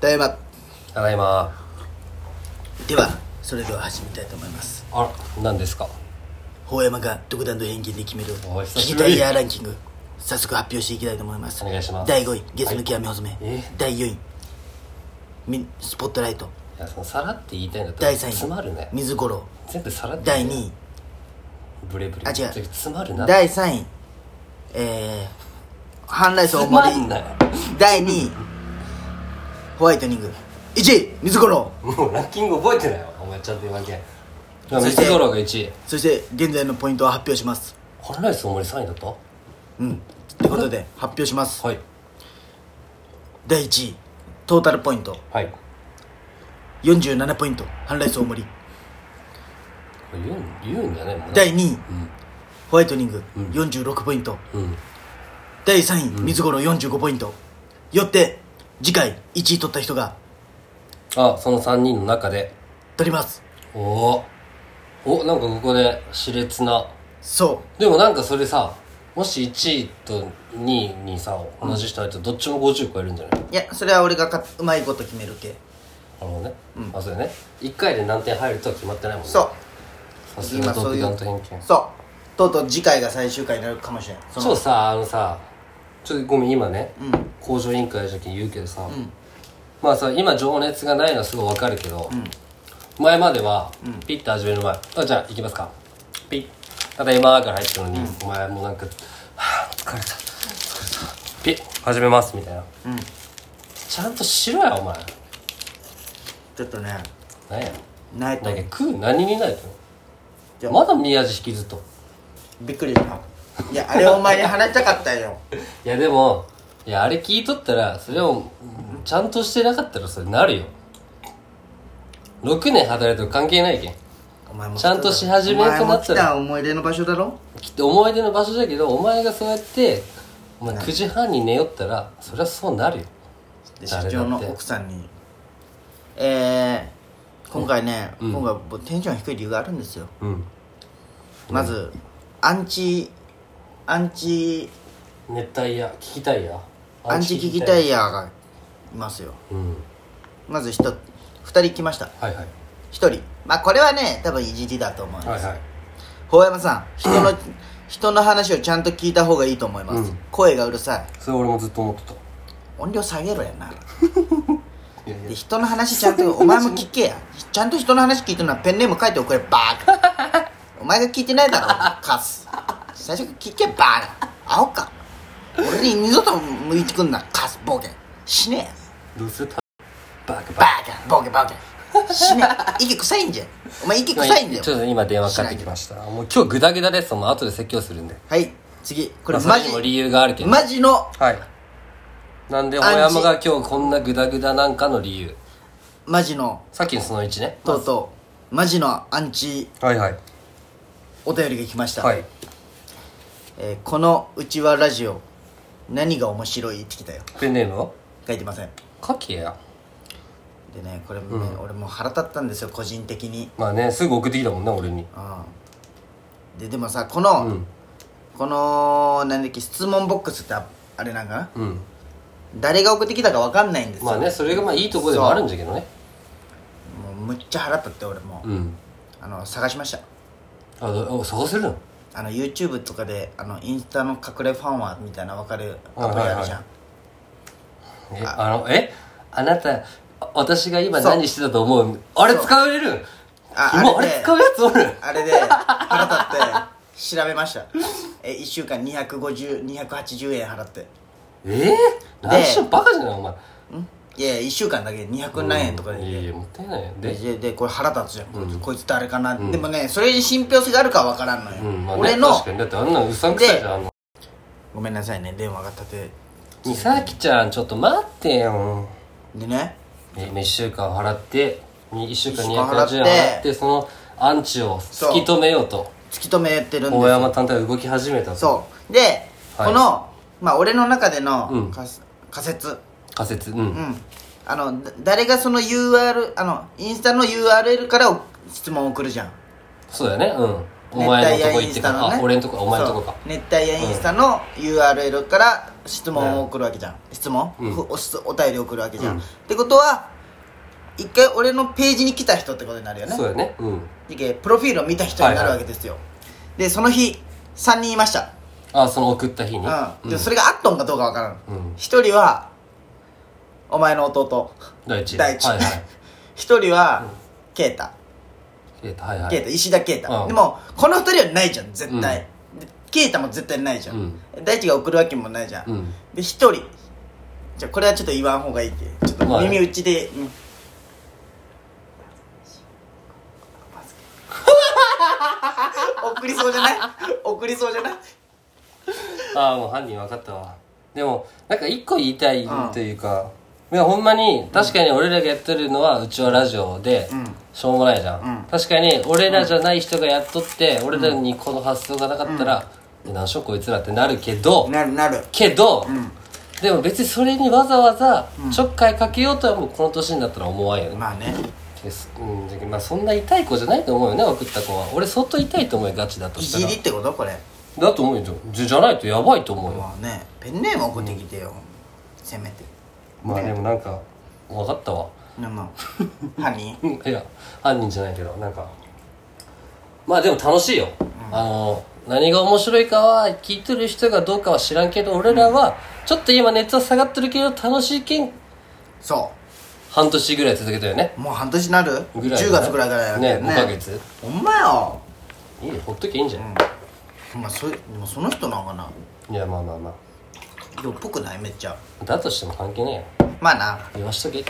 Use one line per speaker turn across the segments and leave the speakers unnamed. ただいま
ただいま
ではそれでは始めたいと思います
あ何ですか
法山が独断と偏見で決める
お
聞
い久し
き
ぶ
た
り
いヤーランキング早速発表していきたいと思います
お願いします
第5位ゲスの極み細め、
え
第4位みスポットライト
いやそのさらって言いたいんだったら
第3位
詰まるね
水五郎
全部さらって
第2位
ブレブレ
あ違う
詰まるな
第3位えー、半来層
詰
表
まんなよ
第2位ホワイトニング1位水五郎
もうランキング覚えてないわお前ちゃんと言うわけ
そ
ミ
して
スゴロが1位
そして現在のポイントを発表します
ハラライス大森3位だったは
うんということで発表します
い
第1位トータルポイント
はいこ
47ポイント半来層森
れ言うん言うんだねもうね
第2位、ホワイトニング46ポイント、
うん
第3位水五郎45ポイントよって次回1位取った人が
あその3人の中で
取ります
おおおなんかここで熾烈な
そ
でもなんかそれさもし1位と2位にさ同じ人入ったらどっちも50超えるんじゃないう
いやそれは俺がかうまいこと決めるけ
なるほどね、あそうだね1回で何点入るとは決まってないもんね
そう
さす
今
が
そう
独
いう
断と偏見
そうとうとう次回が最終回になるかもしれないそ
そう
の
さあのさちょっとごめん今ね、工場委員会の時に言うけどさ、まあさ今情熱がないのはすごいわかるけど、前までは、ピッて始める前あじゃあ行きますかピッただ今から入ったのに、お前もうなんか「はあ疲れた疲れた」ピッ始めますみたいな、ちゃんとしろやお前
ちょっとね
何や
ないと
だけど食う何にない
じゃ
と
あ
まだ宮地引きずっと
びっくりしたいやあれお前に話したかったよ
いやでもいやあれ聞いとったらそれをうんちゃんとしてなかったらそれなるよ6年働いても関係ないけん
お前も
ちゃんとし始めんとなった
お前も来た
ら
思い出の場所だろ
きっと思い出の場所だけどお前がそうやってお前9時半に寝よったらそりゃそうなるよ
で社
誰だって
長の奥さんにえー、今回ね、今回僕テンション低い理由があるんですよ、
うん
まずアンチアンチ
熱帯夜聞きたいや
アンチ聞きたいヤーがいますよ
うん
まず人2人来ました
はいはい
1人まあこれはね多分いじりだと思います、
はいはい
ほうやまさん人の人の話をちゃんと聞いた方がいいと思います、
うん
声がうるさい
それ俺もずっと思ってた
音量下げろや ない
やいや
で人の話ちゃんとお前も聞けやちゃんと人の話聞いてるのはペンネーム書いておくれバーカお前が聞いてないだろカス最初から聞けバーカアホか俺に二度と向いてくんなカスボケ死ね
どうするたバカ
やバーカボケボケ死ねや息臭いんじゃんお前息臭いんだよ
ちょっと今電話かかってきましたもう今日グダグダですもう後で説教するんで
はい次これ
まあ
マ
それ
ジ
にも理由があるけど
マジの
はいなんで大山が今日こんなグダグダなんかの理由
マジの
さっきのその1ね
とうとうマジのアンチ
はいはい
お便りが来ました、
はい
えーこのうちはラジオ何が面白いって来たよ
ペンネームは
書いてません
カキや
でねこれね、俺もう腹立ったんですよ個人的に
まあねすぐ送ってきたもんね俺に
うんででもさこの、
うん
この何だっけ質問ボックスってああれなんかな
うん
誰が送ってきたか分かんないんですよ、
まあねそれがまあいいとこでもあるんじゃけどね
もうむっちゃ腹立って俺もう、
うん
あの探しました
あどお探せるの
あの YouTube とかであのインスタの隠れファンはみたいな分かるアプリあるじゃん、
えあのえあなたあ私が今何してたと思うあれ使える
あ
今あ
あれね
れ使うやつおる
あれで腹立って調べましたえ1週間250280円払って
えー、何しようバカじゃないお前
いやいや1週間だけ200何円とかで、
いやいやもったいないよで
ででこれ腹立つじゃん、こいつこいつ誰かな、でもねそれに信憑性があるかは分からんのよ、
うんまあね、
俺の
確かにだってあんなのうさんくさいじゃんあの
ごめんなさいね電話が立て
美咲ちゃんちょっと待ってよ
でね
1週間払って1週間
一週間払って
250円払ってそのアンチを突き止めようと
突き止めてるん
大
で
山単体が動き始めた
す
と
そうで、
は
こ
い
のまあ俺の中で
う
の
ん
仮,、仮説
仮説うん、
うんあのだ誰がその UR あのインスタの URL からお質問を送るじゃん
そうだよねうんお
熱帯夜イ
前のとこ
ン
行っ
ス
て
タ
か、
のね
あ俺のとこお前のとこか
そう熱帯夜インスタの URL から質問を送るわけじゃん質問、
うん
ふお質お便り送るわけじゃん、
うん
ってことは一回俺のページに来た人ってことになるよね
そうやねうん
いけプロフィールを見た人になるわけですよ、でその日3人いました、
あその送った日に
うん
う
で
ん
それがあっとんかどうかわからん、
うん
一人はお前の弟
第一
第一
はいはい
一人は啓太
えっとはいは
啓
い
太石田啓太、
うん
でもこの二人はないじゃん絶対、で啓太も絶対ないじゃん、
うん
大地が送るわけもないじゃん、
うん
で一人じゃあこれはちょっと言わん方がいいけちょっと
はい
耳打ちで、 うん送りそうじゃない送りそうじゃない
ああもう犯人分かったわでもなんか一個言いたいというか、いやほんまに確かに俺らがやってるのはうちはラジオで、
ん
しょうもないじゃん、
うん
確かに俺らじゃない人がやっとって、俺らにこの発想がなかったら、えなんしょこいつらってなるけど、
なるなる
けど、でも別にそれにわざわざちょっかいかけようとはもうこの年になったら思わんよね、
まあね
ですうんだけどまあそんな痛い子じゃないと思うよね送った子は俺相当痛いと思うよガチだと
い
した
じ
ら
りってことこれ
だと思うよじゃじゃないとやばいと思うよ
まあねペンネーム送ってきてよ、せめて
まあでもなんか分かったわ
で も犯人
うんいや犯人じゃないけどなんかまあでも楽しいよ、あの何が面白いかは聞いてる人がどうかは知らんけど俺らはちょっと今熱は下がってるけど楽しいけん
そ
半年ぐらい続けたよね
うもう半年なる
ぐらい
10月ぐらいからやる
ね
けど
5ヶ月
ほんまよ
いいよほっときゃいいんじゃない、
まあそでもその人なんかない
やまあまあま
色っぽくないめっちゃ
あだとしても関係ねえよ
まあな
言わしとけ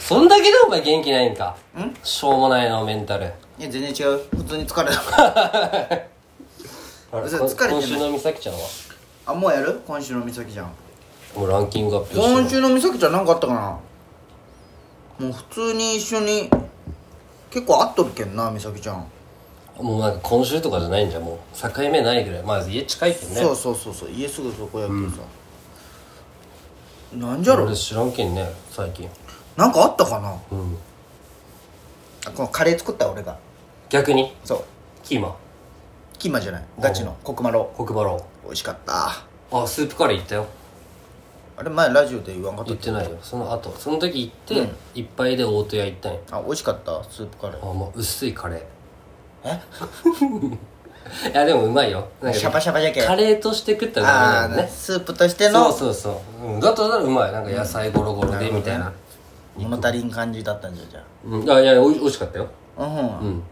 そんだけでお前元気ないんか
ん
しょうもないのメンタ
い
ル
や全然違う普通に疲れた
あれ
それ
こ
疲れてない
今週の美咲ちゃんは
あもうやる今週の美咲ちゃん
もうランキングアップ
今週の美咲ちゃんなんかあったかなもう普通に一緒に結構会っとるけんな美咲ちゃん、
もうなんか今週とかじゃないんじゃんもう境目ないぐらいまあ家近いけどね
そうそうそうそう家すぐそこやけどさ、なんじゃろ
俺知らんけんね最近
なんかあったかな
うん
あこのカレー作った俺が
逆に
そう
キーマ
キーマじゃないガチのコクマロ
黒馬郎
美味しかった
あスープカレー行ったよ
あれ前ラジオで言わんかった
行
っ
っ
け
てないよその後その時行って、いっぱいで大戸屋行ったんよ
あ美味しかったスープカレ
あ
ー
もう薄いカレー
え
いやでもうまいよなんか
シャバシャバじゃけ
カレーとして食ったら
あ
ダ
あ
メだよね
スープとして
そう
の
そうそう、うん、だったらうまいなんか野菜ゴロゴロでみたいな、
物足りん感じだったんじゃじゃ
うん、あいやおい美味しかったよ
あう
うんん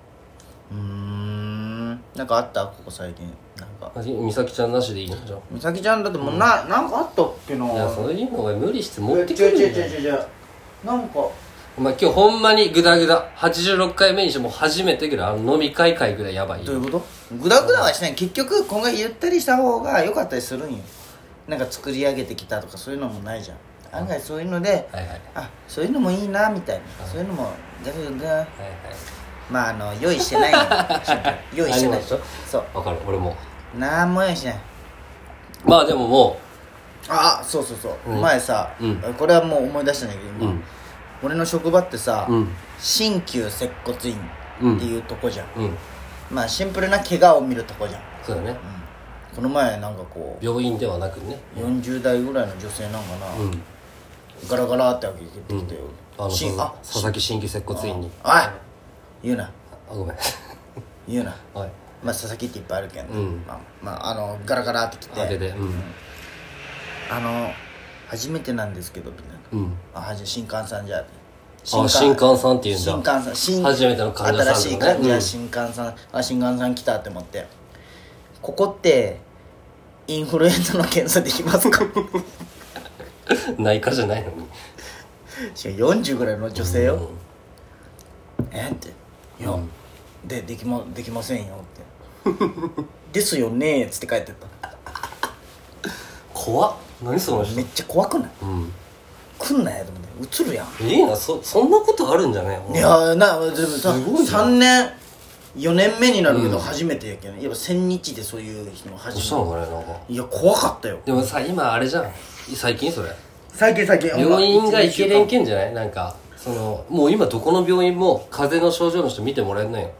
うーんなんかあったここ最近なんか
美咲ちゃんなしでいいのじゃ
美咲ちゃんだってもうな,、なんかあったっけない
やそういうのが無理して持ってく
違う
るん
違う
だよ
違う違うなんか
お前今日ほんまにグダグダ86回目にしてもう初めてぐらいあの飲み会会ぐらいやばい
どういうことグダグダはしない結局今回ゆったりした方が良かったりするんよなんか作り上げてきたとかそういうのもないじゃん案外そういうので
はいはいはい
あそういうのもいいなみたいなそういうのもガチガチ
はい
まああの用意して ないよ用意してない
何もでしょ
そう
わかる俺も
なんも用意してない
まあでもも
ああそうそうそう、
うん
前さ、
うん
これはもう思い出したんだけど
うう
今、
ん
俺の職場ってさ、
うん
新旧接骨院っていうとこじゃん、
うん
まあシンプルな怪我を見るとこじゃん、
そうだね
この前なんかこう
病院ではなくね
40代ぐらいの女性なんかな、
うん
ガラガラって開けてきてよ、
あの
しんあ
佐々木新規接骨院に
あい言うな
あごめん
言うな
はい
まあ佐々木っていっぱいあるけん、
うん
まあ、まあ、あのガラガラって来
開け
て
てうん
あの初めてなんですけどみたいな
うん
あはじ新刊さんじゃあ
あ新刊さんって言うんだ
新刊さん新
初めての患者さんとかね
新しい感じ
う
は
ん
新刊さん、あ新刊さん来たって思ってここってインフルエンザの検査できます か
内科じゃないのに
しかも40ぐらいの女性よ、
うん
えって「いや、でできまできませんよ」って「ですよね」っつって帰ってった
怖っ何その人
めっちゃ怖くない
うん
来んなやと思って映るやん
いいなそそんなことあるんじゃね
いやなでもさ
すごいな
3年4年目になるけど
うん
初めてやけど、やっぱ1000日でそういう人も
どうし
初
た
め
のかねなんか
ていや怖かったよ
でもさ今あれじゃん最近それ
最近最近
病院が行けれん
ん
けんじゃないなんかそのもう今どこの病院も風邪の症状の人見てもらえんのよ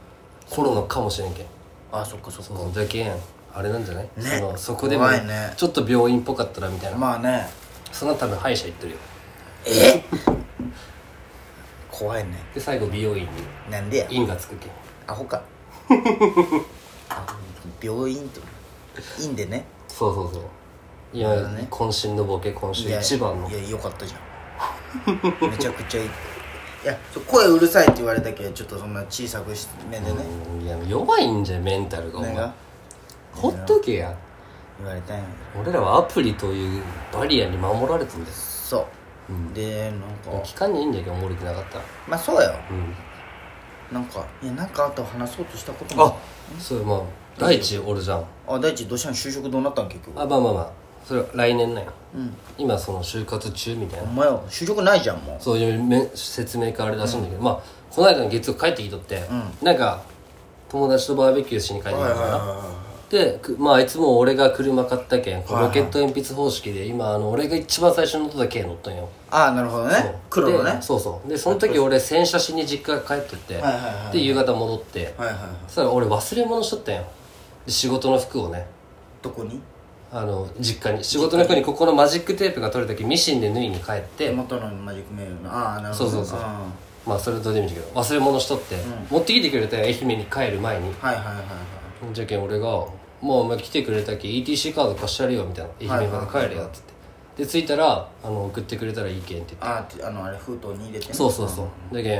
コロナかもしれんけん
あそっかそっ
そ
か
うだけんあれなんじゃない、
ね
そのそこでも
怖いね
ちょっと病院っぽかったらみたいな、
まあね
その多分歯医者行ってるよ
え怖いね
で最後美容院に
なんでや
院がつくけん
アホ かあ病院といいんでね
そうそうそういや、
どね
渾身のボケ今週
いや
一番の
いやよかったじ ゃんめちゃくちゃいいいやそう声うるさいって言われたけどちょっとそんな小さくし目でね、
うんいや弱いんじゃメンタルがお
目
前
が
ほっとけや
言われたんや
俺らはアプリというバリアに守られてんだよ
そう、でなんか
期間にいいんだけどおもろくなかったら
まあそうよ
うん
なんかいやなんかあと話そうとしたことも
あそうまあ第一おるじゃん
あ大地どうしたん就職どうなったん結局
あまあまあまあそれは来年なんや、今その就活中みたい
お
な
前よ就職ないじゃんも
そういうめ説明からあれらしいんだけど、まあこの間の月曜帰ってきとって、なんか友達とバーベキューしに帰ってきたから、でくまあいつも俺が車買ったけんこうロケット鉛筆方式で今あの俺が一番最初に乗った軽乗ったんよ
うああなるほどね黒のね
でそうそうでその時俺洗車しに実家帰っとって、
はいはいはい
で夕方戻って、
はいはいはい
そしたら俺忘れ物しとったんよで仕事の服をね
どこに
あの実家に仕事の服にここのマジックテープが取れた時ミシンで縫いに帰って、
手元のマジックメールのああなるほど
そうそうそうんまあそれどうでもいいんだけど忘れ物しとって、持ってきてくれたよ愛媛に帰る前に
はいはいはいはい
じゃけん俺が「もうお前来てくれたき ETC カード貸してやるよ」みたいな「愛媛から帰れよ」っつってで着いたらあの「送ってくれたらいいけん」って言って
あーってあのあれ封筒に入れてね
そうそうそうでけ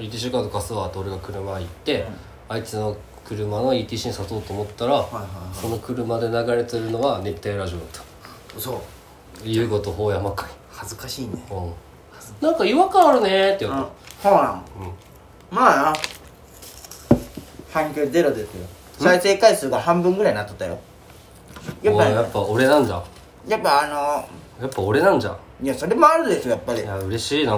ん ETC カード貸すわって俺が車行って、あいつの車の ETC に誘おうと思ったら、
はいは
その車で流れてるのは熱帯ラジオだった
そう
優子と法山会
恥ずかしいね
うんなんか違和感あるねーって言われた
ほら、まあな反響ゼロですよ再生回数が半分ぐらいになっとったよやっ
おいや
ぱ
っぱ俺なんじゃ
やっぱあの
やっぱ俺なんじゃ
いやそれもあるですよやっぱり
いや嬉しいな